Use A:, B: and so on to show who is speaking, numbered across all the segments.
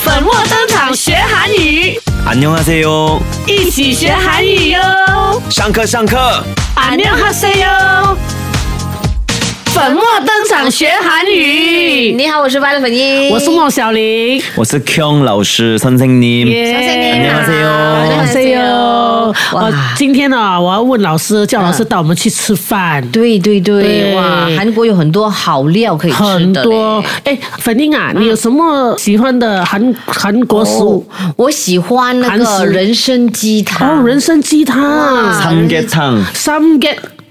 A: 粉墨登场学韩语，
B: 안녕하세요，
A: 一起学韩语哟！
B: 上课上课。
A: 안녕하세요。粉墨登场学韩语，
C: 你好，嗯我是快乐粉一，
A: 我是孟小玲。
B: 我是 Kyung 老师선생님，
C: 小仙女，
B: 안녕하세요
A: 안녕하세요。
C: 哇
A: 呃，今天呢，我要问老师，叫老师
C: 嗯
A: 带我们去吃饭。
C: 对对对，
A: 对
C: 哇，韩国有很多好料可以吃的嘞
A: 很多哎，粉英啊，你有什么喜欢的韩韩国食
C: 哦
A: 物？，
C: 我喜欢那
A: 韩
C: 个
A: 食
C: 人参鸡
A: 哦，
C: 汤，
A: 人参鸡汤、
B: 삼계탕，
C: 아,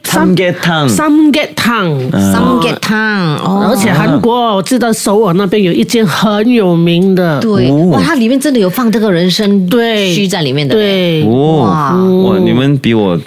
A: 三get、
B: 삼계탕
A: 三 get 汤。
C: 三鸡汤哦。
A: 而且韩国，我知道首尔那边有一间很有名的，
C: 对，
B: 哦
C: 哇，它里面真的有放这个人参
A: 对，
C: 须在里面的。，
A: 对，
C: 哇
B: 哦，哇，你们比我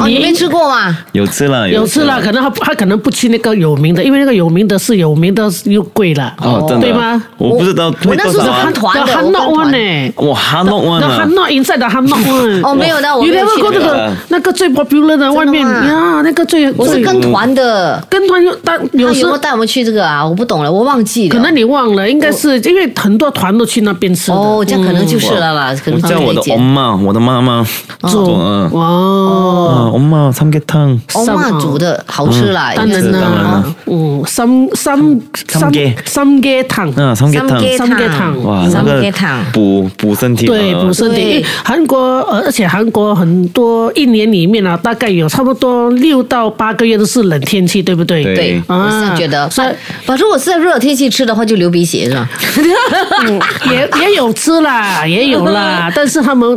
C: 哦，你没吃过吗？
B: 有吃了，
A: 有吃了，可能他他可能不去那个有名的，因为那个有名的是有名的又贵了，
B: 哦，
C: 어,
B: 真的
A: 对吗？
B: 我不知道
C: 我
B: 会
C: 那
B: 多
C: 时候
B: 少
C: 是
B: 啊
C: 看。哦团
A: The
C: 的，
A: Hanok
C: 我看团
A: one 呢？
B: 哇，韩诺湾
A: The
B: 啊，
A: Hanok inside the Hanok one。
C: 哦，没有的，我
A: 你
C: 没
A: 有
C: 有
A: 没
C: 去
A: 有过那
C: 过
A: 个那个最 popular 的外面
C: 真的吗
A: 呀？那个最
C: 我是
A: 最
C: 跟团的，
A: 跟团有，但
C: 他
A: 有
C: 有
A: 时
C: 没有
A: 候
C: 带我们去这个啊？我不懂了，我忘记了。
A: 可能你忘了，应该是因为很多团都去那边吃的。
C: 哦，这样可能就是了啦，可
B: 我
C: 能
B: 叫我的
C: 姐
B: 엄。마，我的妈妈
C: 어.
A: 做
B: 嗯
A: 哦，
B: 啊，엄마삼계탕，
C: 欧哦妈煮的好吃啦，
A: 当
C: 应该
A: 然
C: 是
B: 嗯
C: 哦
B: 当然
A: 啦
B: 啦，
A: 嗯，三三
B: 삼계
A: 三鸡汤，
B: 嗯，삼계 아,
C: 삼계
B: 탕，
A: 삼계탕
B: 哇，那
C: 삼계
B: 个
C: 탕 네,
B: 补补身体，
A: 对，补身体。
C: 对
A: 因为韩国，呃而且韩国很多一年里面啊，大概有差不多六到八个月都是冷天气，对不对？
B: 对
C: 对，
A: 啊
C: 我是觉得，
A: 所以
C: 反反正我是在热天气吃的话就流鼻血是吧？
A: 嗯也也有吃啦，也有啦，但是他们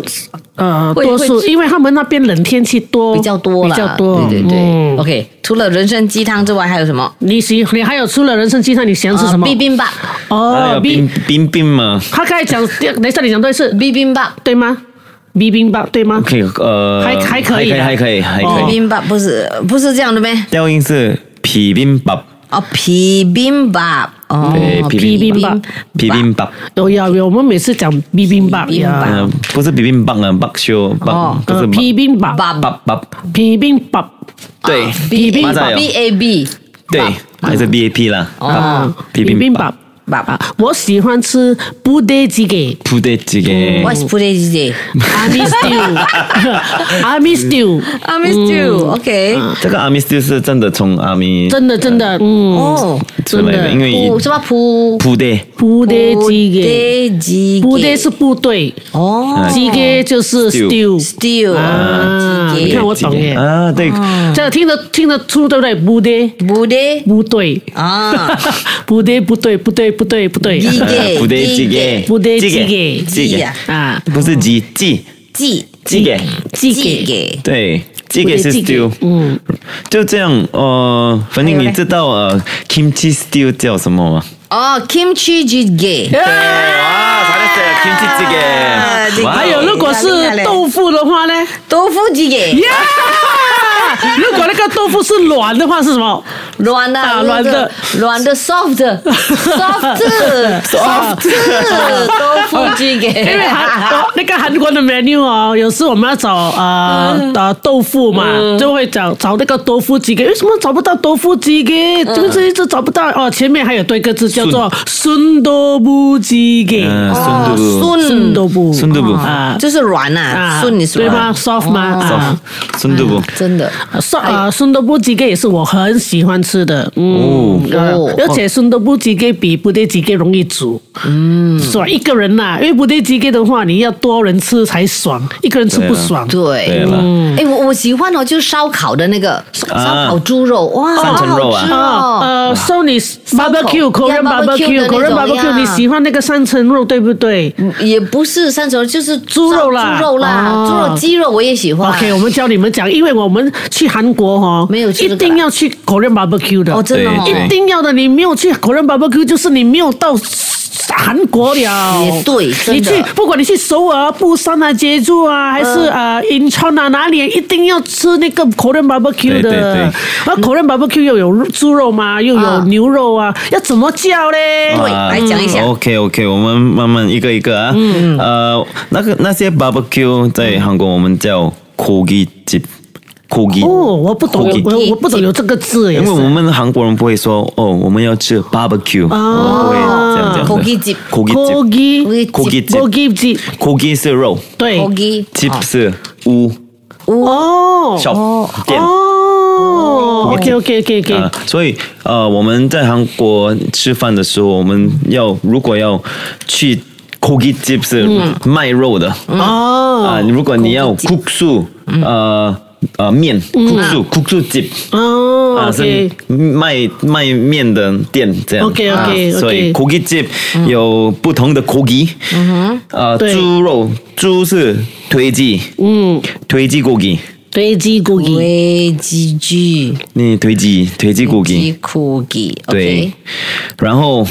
A: 呃，
C: 嗯会
A: 多数
C: 会
A: 因为他们那边冷天气多
C: 比较多
A: 比
C: 啦，
A: 较多，
C: 对对对
A: 嗯。
C: OK，除了人参鸡汤之外，还有什么？
A: 你喜你还有除了人参鸡汤，你想吃什么？
C: 必冰棒，
B: 还
C: 어,
A: 哦
B: 啊有，冰
A: 冰。
B: 冰冰嘛
A: 他刚才讲，等一下你讲对是，
C: 必冰棒，
A: 对吗？冰冰吧，对吗？
B: ，OK，呃，
A: 还还可以啊
B: 还可以，还可以，还
C: 必
B: 可以。
C: 冰棒不是不是这样的呗？
B: 调音是皮冰밥
C: 어 비빔밥. 어,
B: 네
A: 비빔밥.
B: 비빔밥
A: 有
B: 어,
A: 有有，我们每次讲冰冰吧
C: 冰
A: 呀，
B: 嗯，不是比冰棒啊，棒球棒
C: 哦，
B: 不是
A: 呃，皮冰吧，
C: 밥
B: 棒棒，
A: 皮冰吧，
B: 对，
C: B A
B: 네. 맞아요 네. 아,
C: B A B
B: 对，还是 BAP 啦，
A: 啊
C: 哦
B: 皮
A: 皮
B: 冰
A: 嗯冰吧。
B: 棒，
C: 밥.
A: 啊我喜欢吃布袋鸡给
B: 부대찌개
C: What's Budae
A: ，Army Stew，Army Stew，
C: I miss you. OK.
B: 这个阿米斯就是真的从阿米
A: 真的真的，嗯，
C: 哦，
B: 出来的，因为
C: 普什么普
B: 부대
A: 布袋鸡给，
C: 鸡
A: 布袋是部队，
C: 哦
A: 鸡给就是
B: 嗯 Stew
A: stew，
C: ，stew
A: 啊你
C: 예.
A: 看我懂耶
B: 啊，对，
A: 这个听得听得出对不对？布袋
C: Budae
A: 部队，嗯
C: 啊，
A: 不对不对不对不对不对，
C: 鸡给
B: 아, 부대찌개
A: 부대찌개
B: 찌
C: 鸡
B: 개
C: 呀
A: 啊，
B: 不是鸡鸡
C: 鸡
B: 鸡给，
A: 鸡给，
C: 给
B: 对，鸡
A: 부대
B: 给是
A: 찌개 음.
B: stew，
A: 嗯，
B: 就这样，呃，反正你知道呃，kimchi stew 叫什么吗？
C: 哦，kimchi 鸡给
B: 와, 잘했어요. 김치찌개.
C: 아,
A: 还有哎如果是豆腐的话呢？
C: 豆腐鸡给
A: 呀，如果那个豆腐是软的话是什 么？
C: 软的
A: 啊软的
C: 软的 soft soft soft 豆腐鸡给，
A: 因为韩国那个韩国的 menu 哦，有时我们要找
C: 嗯
A: 呃呃豆腐嘛，就会找找那个豆腐鸡给，为什么找不到豆腐鸡给？
C: 嗯
A: 就是一直找不到哦。前面还有多一个字叫做孙豆腐鸡给，
B: 아,
C: 哦
B: 순두부.
A: 孙
C: 顺
A: 豆腐，
B: 순두부.
A: 啊，
C: 就是软呐，
A: 啊
C: 顺你是
A: 对吗
C: 吧？
A: ？soft 吗？啊
B: 소- 순두부.
C: 真的，
A: 酸啊，孙豆腐鸡给也是我很喜欢吃的，嗯，
B: 哦
A: 啊
C: 哦
A: 而且孙豆腐鸡给比部队鸡给容易煮，嗯，爽一个人呐、因为部队鸡给的话，你要多人吃才爽，一个人吃不爽。
B: 对
C: 对。
B: 了，
C: 哎，我我喜欢哦，就是烧烤的那个烧
B: 啊
C: 烤猪肉，哇，好
B: 三层肉啊
C: 好吃
A: 啊
C: 哦！
A: 呃，送你 barbecue Korean
C: Yeah, barbecue 的
A: barbecue，Korean
C: 那种
A: barbecue，
C: 呀
A: 你喜欢那个三层肉对不对
C: 也不是三层肉，就是
A: 猪肉啦
C: 猪肉啦
A: 哦，
C: 猪肉鸡肉我也喜欢。
A: ？OK，我们教你们讲，因为我们去韩国哦，
C: 没有吃
A: 一
C: 这个啦
A: 定要去 Korean barbecue 的
C: 哦，真的
B: 对
A: 一
C: 哦，
A: 定要的，你没有去 Korean barbecue，就是你没有到韩国了。
C: 也对
A: 你
C: 真
A: 去
C: 的
A: 不管你去首尔、釜山啊、jeju 啊，还
B: 嗯
A: 是呃 incheon 啊，哪里一定要吃那个 Korean barbecue
B: 对对
A: 的
B: 对。
A: 那 Korean barbecue 又有猪肉嘛，又有
C: 嗯
A: 牛肉啊，要怎么叫嘞？
C: 对
B: 啊
C: 来讲一下 음，
B: OK OK，我 어，们慢慢一个一个啊。 아，嗯呃，那个那些 barbecue 在韩国我们叫 고깃집。 고기
A: 哦，我不懂有，
B: 고
A: 我
B: 기
A: 我不懂有这个字也
B: 因为我
A: 是。
B: 们韩国人不会说哦，我们要吃 barbecue，我们不会这样这样的。
C: 고기집
B: 고기집
A: 鸡，
B: 고기집
A: 枸杞鸡，
B: 고기 是肉，
A: 对，
C: 고기 아, 어。
B: 집是屋，
A: 哦，
B: 小店。
A: 어.哦，OK OK OK
B: 啊
A: OK，，
B: 所以呃，我们在韩国吃饭的时候，我们要如果要去 고기 집是卖肉的
A: 음.
B: 啊，
A: 哦，
B: 如果你要 국수 呃呃面 국수 국수 집 아,
A: 哦
B: 啊是
A: ，OK，
B: 卖卖面的店这样。
A: OK，OK，
B: 啊
A: OK，
B: 所以
A: OK
B: 고깃집有不同的 고기，呃，
A: 对
B: 猪肉猪是돼지，
A: 嗯，
B: 돼지 고기，
A: 堆积枸杞，
C: 喂鸡鸡，
B: 你돼지돼지 고기， 네.
C: 苦鸡，
B: 对，然后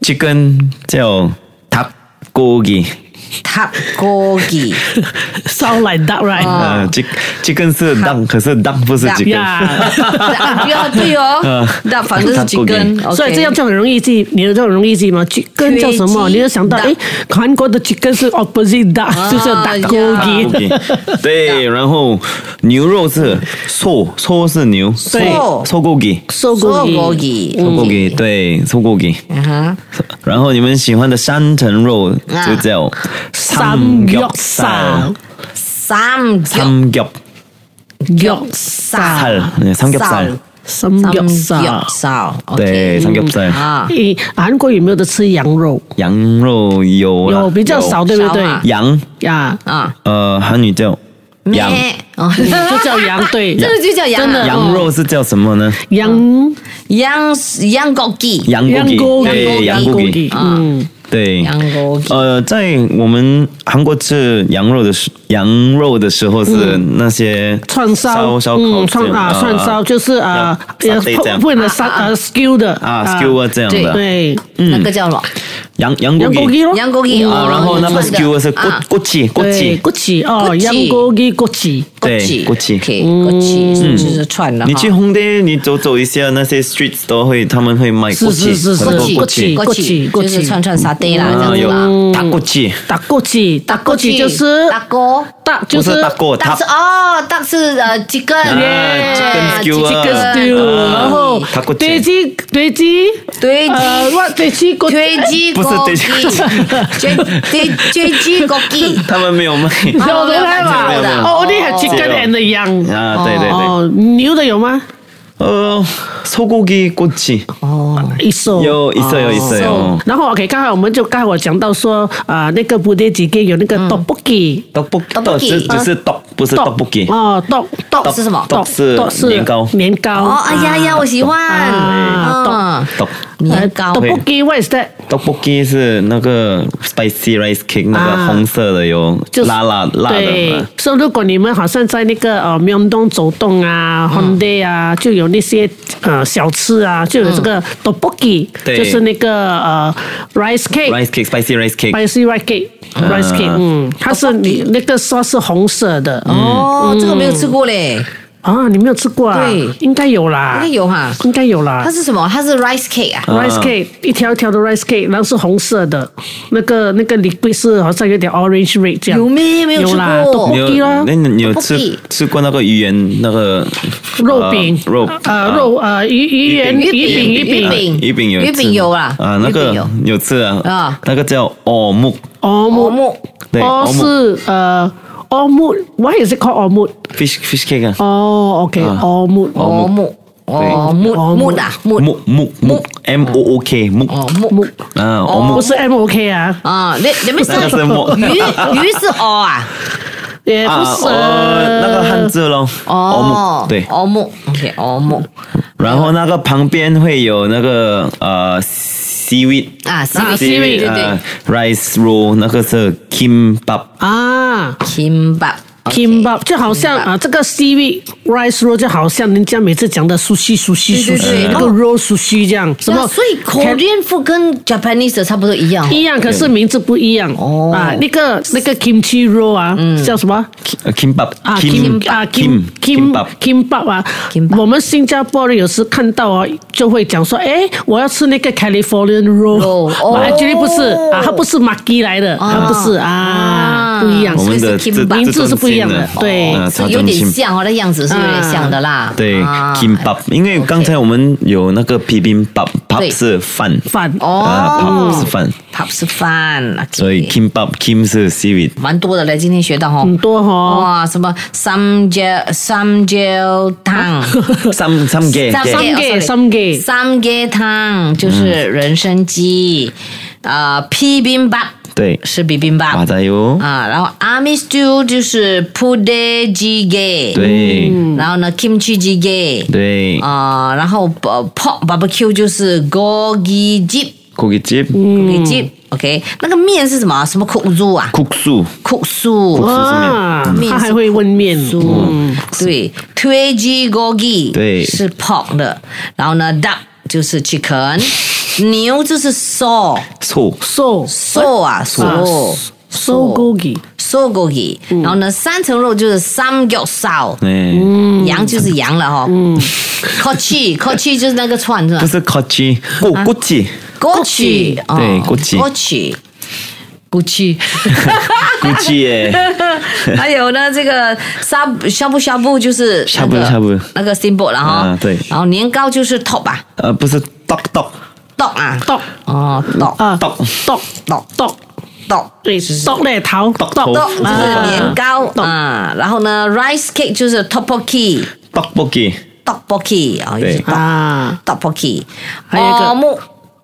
B: chicken 叫닭 고기，
C: 塔锅鸡，
A: 烧来 that
C: 啊
A: right，
B: 呃，chick 아, chicken 是 duck，可是 duck 不是
C: Duck
B: chicken，
A: 呀，
C: 啊不要对哦
B: 嗯，
C: 那反正是鸡根，
A: 所以这样就很容易记，你的这种容易记吗？鸡根叫什么？
C: 堆积
A: 你就想到，
C: duck
A: 哎，韩国的 chicken 是 opposite that，就是 that
C: 啊呀
A: 枸杞，
B: 아, 고기. 네,对，然后牛肉是소소是牛，소
A: 对
B: 소고기，
A: 瘦
C: 锅
A: 枸杞，
C: 鸡，
B: 소고
A: 음.
B: 기对소고기。
C: 嗯哼，
B: 然后你们喜欢的山城肉
C: 啊
B: 就叫
A: 아. 삼겹살
C: 三角
B: 삼겹
A: 肉
C: 살
B: 살네삼겹살
A: 什
C: 삼
A: 么肉
C: 겹
A: 啥？
C: 살 아,
B: 对삼겹살
C: 啊，
A: 诶，韩国有没有得吃羊肉？
B: 羊肉有啦
A: 有比较少，对不对
C: 少？啊
B: 羊，
A: 呀，
C: 啊，
B: 呃，韩语叫
A: 네.
B: 羊。
C: 咩哦，
A: 就叫羊，对，
C: 这个就叫羊
A: 真
C: 啊
A: 的
B: 羊肉是叫什么呢？
A: 羊
C: 羊羊角鸡，
B: 啊羊
A: 羊骨
B: 骨鸡，对，羊骨鸡，
A: 嗯，
B: 对。
C: 羊角鸡，
B: 呃，在我们韩国吃羊肉的时，羊肉的时候是那些
A: 串烧，
B: 烧烧烤
A: 嗯，
B: 这
A: 串
B: 样
A: 啊，串烧就是啊，
B: 要
A: 呃
B: satay 这样
A: 为了烧呃 skill 的
B: 啊 skewer 这样的
A: 对，
C: 那个叫什么？
B: 羊羊
A: 羊
B: 骨
A: 骨
B: 鸡
A: 鸡咯，
C: 羊角鸡
B: 啊，
C: 哦
B: 然后那个
C: 串的
B: skewer 是
C: 啊
B: 骨骨鸡，骨
A: 对，
B: 鸡。
A: 骨气哦，
C: 骨气
A: 羊骨鸡骨气，
B: 对
C: 国
B: 国旗
C: ，OK，国旗就是串了哈。
B: 你去红店，你走走一下，那些 streets 都会，他们会卖骨鸡，
A: 是是是
B: 很
C: 国
B: 多
C: 旗，
A: 国
B: 骨
A: 旗
B: 鸡，
C: 国旗
A: 国
C: 就
A: 旗
C: 是串串沙爹啦，这
B: 啊，
C: 样子
B: 有
C: 啦。
B: 打骨鸡，
A: 打骨气，打骨气就是
C: 大哥，
A: 打就
B: 不
A: 是
B: 是打骨，
C: 大
B: 它
C: 是哦，大是呃几个
B: 啊
A: 耶
B: chicken skewer
A: chicken stew，
B: 啊
A: 然后
B: 打骨鸡
A: 堆积堆积，
C: 堆
A: 呃，
C: 鸡，
A: what 堆积骨
C: 堆鸡
B: 不
C: 国
B: 是
C: 旗，
B: 堆鸡
C: 堆堆堆鸡国 旗，
B: 他们没有卖。
A: 有的来
C: 没有没有没
A: 嘛，
C: 有
A: 哦，你还
C: 哦
A: chicken and young，
C: 어,
B: 啊，对对对，
A: 哦，牛的有吗？
B: 呃， 네. 어, 소고기꼬치
C: 哦，
A: 一手
B: 有있어요
C: 아.
B: 있어요.
A: 然后 OK，刚才我们就刚才我讲到说啊、那个布袋几个有那个
C: 嗯
A: tteokbokki，
B: 떡볶
C: 떡볶이. 어,
B: 이只只是떡，不是
A: 떡
B: 떡볶이。
A: 哦，dog dog
C: 是什么
B: 떡是年糕啊
A: 年糕。
C: 哦，哎呀呀，我喜欢，
A: 啊
B: 떡
C: 嗯，年糕
A: t t e o k i what is that？
B: 떡볶이是那个 spicy rice cake，那
C: 아.
A: 啊
B: 个红色的有
A: 就是
B: 辣辣辣
C: 네.
A: 对
B: 的。，
A: 所以如果你们好像在那个呃明洞走动啊、Hyundai
B: 嗯
A: 啊，就有那些呃小吃啊，就有这个 t o b o k i
B: 嗯对
A: 就是那个呃 rice cake。
B: rice cake spicy rice cake，
A: spicy rice cake rice cake，嗯，它是你那个sauce 是红色的，嗯
C: 哦，这个没有吃过
B: 嗯
C: 嘞，
A: 啊，你没有吃过啊？
C: 对
A: 应该有啦，
C: 应该有哈
A: 应该有啦
C: 它。是什么？它是 rice cake
B: 嗯
C: 啊，
A: rice cake 一条一条的 rice cake，然后是红色的，那个那个 liquid 是好像有点 orange red 这样。
C: 有咩？没有吃
A: 有啦
C: 过
A: 都。
B: 你有
A: 떡볶이 啦
B: 那你你有
C: 떡볶이
B: 吃吃过那个鱼圆那个 아,
A: 肉饼，
B: 呃肉
C: 아,
A: 呃肉呃鱼鱼圆
B: 鱼
A: 鱼
B: 饼
A: 饼
C: 鱼
A: 鱼
C: 饼
A: 饼
B: 鱼饼有
C: 鱼饼
B: 吃
C: 有啦
B: 啊，那
C: 鱼饼
B: 个
C: 有
B: 有吃啊
C: 啊，
B: 那个叫哦木
A: 哦
C: 馍
A: 木
C: 馍
B: 对
C: 어,
A: 哦
B: 哦木
A: 是呃哦木，why is it called 哦木？
B: fish fish cake 啊，
A: 哦，OK 哦木
C: 哦木哦木
A: 哦
C: 木啊木
B: 木木木 M O O K 아, 어,木
C: 哦木
A: 木
C: 木
B: 啊哦
A: 不
B: 木，
A: 是 M O K 啊，
C: 啊，那那边是
B: 那个是木
C: 鱼 鱼是哦啊
A: 也
B: 啊
A: 不是
B: 哦那个汉字咯，
C: 哦
B: 哦木对，
C: 哦木 OK 哦木
B: 然后那个旁边会有那个呃 어, seaweed
C: 啊 C
A: 啊
C: C
A: seaweed，
C: 对对
B: 啊 rice roll 那个是 kimbap
A: 啊。
C: ，kimbap
A: Kimbap 就好像啊，这个 C V rice roll 就好像人家每次讲的熟悉熟悉熟
C: 对对
A: 悉，
C: 对
A: 那个 roll 熟悉这样，什
C: 什
A: 么
C: 么？所以
A: can-
C: Korean food 跟 Japanese 的差不多一样哦
A: 一样，可是名字不一样
C: 哦嗯
A: 啊。那个那个 kimchi roll 啊，叫什么？
B: 呃 kimbap
A: 啊
B: kim
A: ，kim 啊
B: kim
A: ，kim kim
B: kimbap
A: kimbap 啊
C: Kimbap，
A: 我们新加坡人有时看到啊，就会讲说，哎，我要吃那个 Californian roll，
C: Roll，哦
A: 啊，绝对不是啊，它不是 m a g i 来的，它不是啊，不一样，
B: 我们的
C: 所以是
B: 这
C: kimbap
A: 名字是不一样的
B: 这种新
A: 对
B: 嗯
C: 是有点像哦，那样子是有点像的啦。
B: 对
C: 啊
B: kimbap，因为刚才我们有那个 bibimbap，
C: 对
B: pap 是饭，
A: 饭
B: 啊，pap 是
C: 哦
B: 饭，
C: ，pub 是饭，
B: 所以 kimbap kim 是 seaweed，
C: 蛮多的嘞，今天学到哦。
A: 很多哈。
C: 哇，什么三椒三椒 汤，
B: some some gay
A: 三
B: gay
A: 芥
C: sorry
A: 三芥
C: 三芥汤
B: 음。
C: 就是人参鸡，呃，皮冰巴
B: 对，
C: 是比冰巴
B: 马仔油，
C: 啊，然后 army stew 就是铺的鸡给，
B: 对
C: 然后呢 kimchi 鸡给，
B: 对
C: 啊，然后呃 pork barbecue 就是 gogi jip
B: ，cookie chip
C: gogi jip。OK，那个面是什么啊？什么 cook 肉啊
B: cook soup，
C: ？cook 素，
A: 啊，
C: 面
A: 他还会问面，嗯，
C: 对，推鸡锅鸡
B: 对
C: 是 pork 的，然后呢 duck 就是 chicken，牛就是 saw
B: 臭
A: 瘦
C: saw 啊 saw
A: 瘦枸杞，
C: saw 锅鸡，然后呢三层肉就是 some 肉烧，
B: 哎，
C: 羊就是羊了哈、哦，烤鸡烤鸡就是那个串是吧
B: 不？是 kochi，不 gucci，
C: 锅鸡
B: 对锅鸡
C: 锅鸡锅鸡。
B: gucci 耶，
C: 还有呢，这个沙呷布呷布就是那个
B: shabu shabu
C: 那个 steamboat 了哈
B: 啊，对
C: 然后年糕就是 top 啊
B: 呃，不是 dog dog
C: ，top 啊
A: 剁
C: 哦，top
A: 啊，
B: dog，
A: 剁
C: 剁
A: 剁，
C: top
A: 对，剁嘞头，啊剁
B: 头
C: 豆就是年糕
A: 啊
C: 啊，然后呢，rice cake 就是 tteokbokki，tteokbokki
B: tteokbokki，
C: 啊，
B: 对
C: 也是 tteok-
A: 啊，
C: tteokbokki，
A: 还有一个
C: 哦木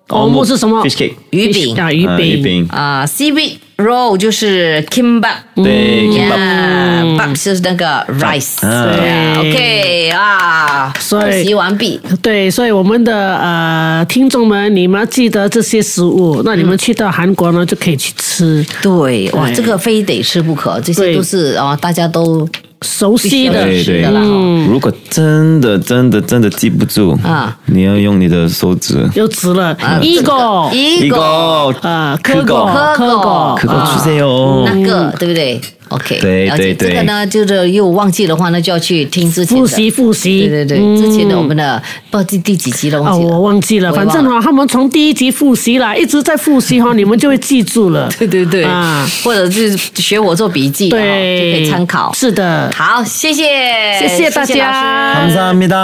A: 哦，木是什么？
B: fish cake，
C: 鱼饼
A: 啊，鱼
B: 啊鱼
A: 饼，
B: 饼，
C: 啊，seaweed roll 就是 kimbap，
B: 음.对
C: ，kimbap，是那个 rice，
B: 啊
C: 对啊，OK 啊，
A: 所以
C: 复习完毕，
A: 对，所以我们的呃听众们，你们要记得这些食物，那你们去到韩国呢就可以去吃
C: 对，哇，
A: 对
C: 这个非得吃不可，这些
A: 对
C: 都是啊，大家都
A: 熟悉的
B: 对
C: 是
B: 对
C: 的啦
B: 嗯如果真的真的真的记不住
C: 啊，
B: 你要用你的手指。
A: 就值了。一个
C: 一
B: 이
C: 个
B: 거 아,
A: 呃，科果
B: 그거
A: 科果
B: 그거
C: 아.
B: 주세요.
C: 啊那个，对不对？OK，
B: 对
C: 了解
B: 对对
C: 这个呢，就是又忘记的话，那就要去听之前的
A: 复习复习，
C: 对对对，之前的我们的不知道第第几集了，
A: 哦，
C: 忘记了。
A: 我忘记了，
C: 我也
A: 反
C: 忘了
A: 正哈、他们从第一集复习啦，一直在复习哈、你们就会记住了。
C: 对对对，
A: 啊，
C: 或者是学我做笔记，然后就可
A: 对，
C: 以参考。
A: 是的，
C: 好，谢谢，
A: 谢谢大家，
B: 감사합니다.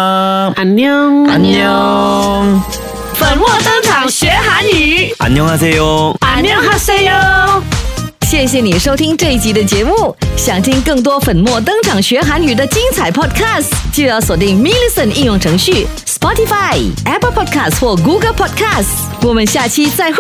A: 安妞，
B: 안녕.
A: 粉墨登场学韩语，
B: 안녕하세요.
A: 안녕하세요。
D: 谢谢你收听这一集的节目。想听更多粉墨登场学韩语的精彩 podcast，就要锁定 m i l l i c e n 应用程序、Spotify、Apple Podcast 或 Google Podcast。我们下期再会。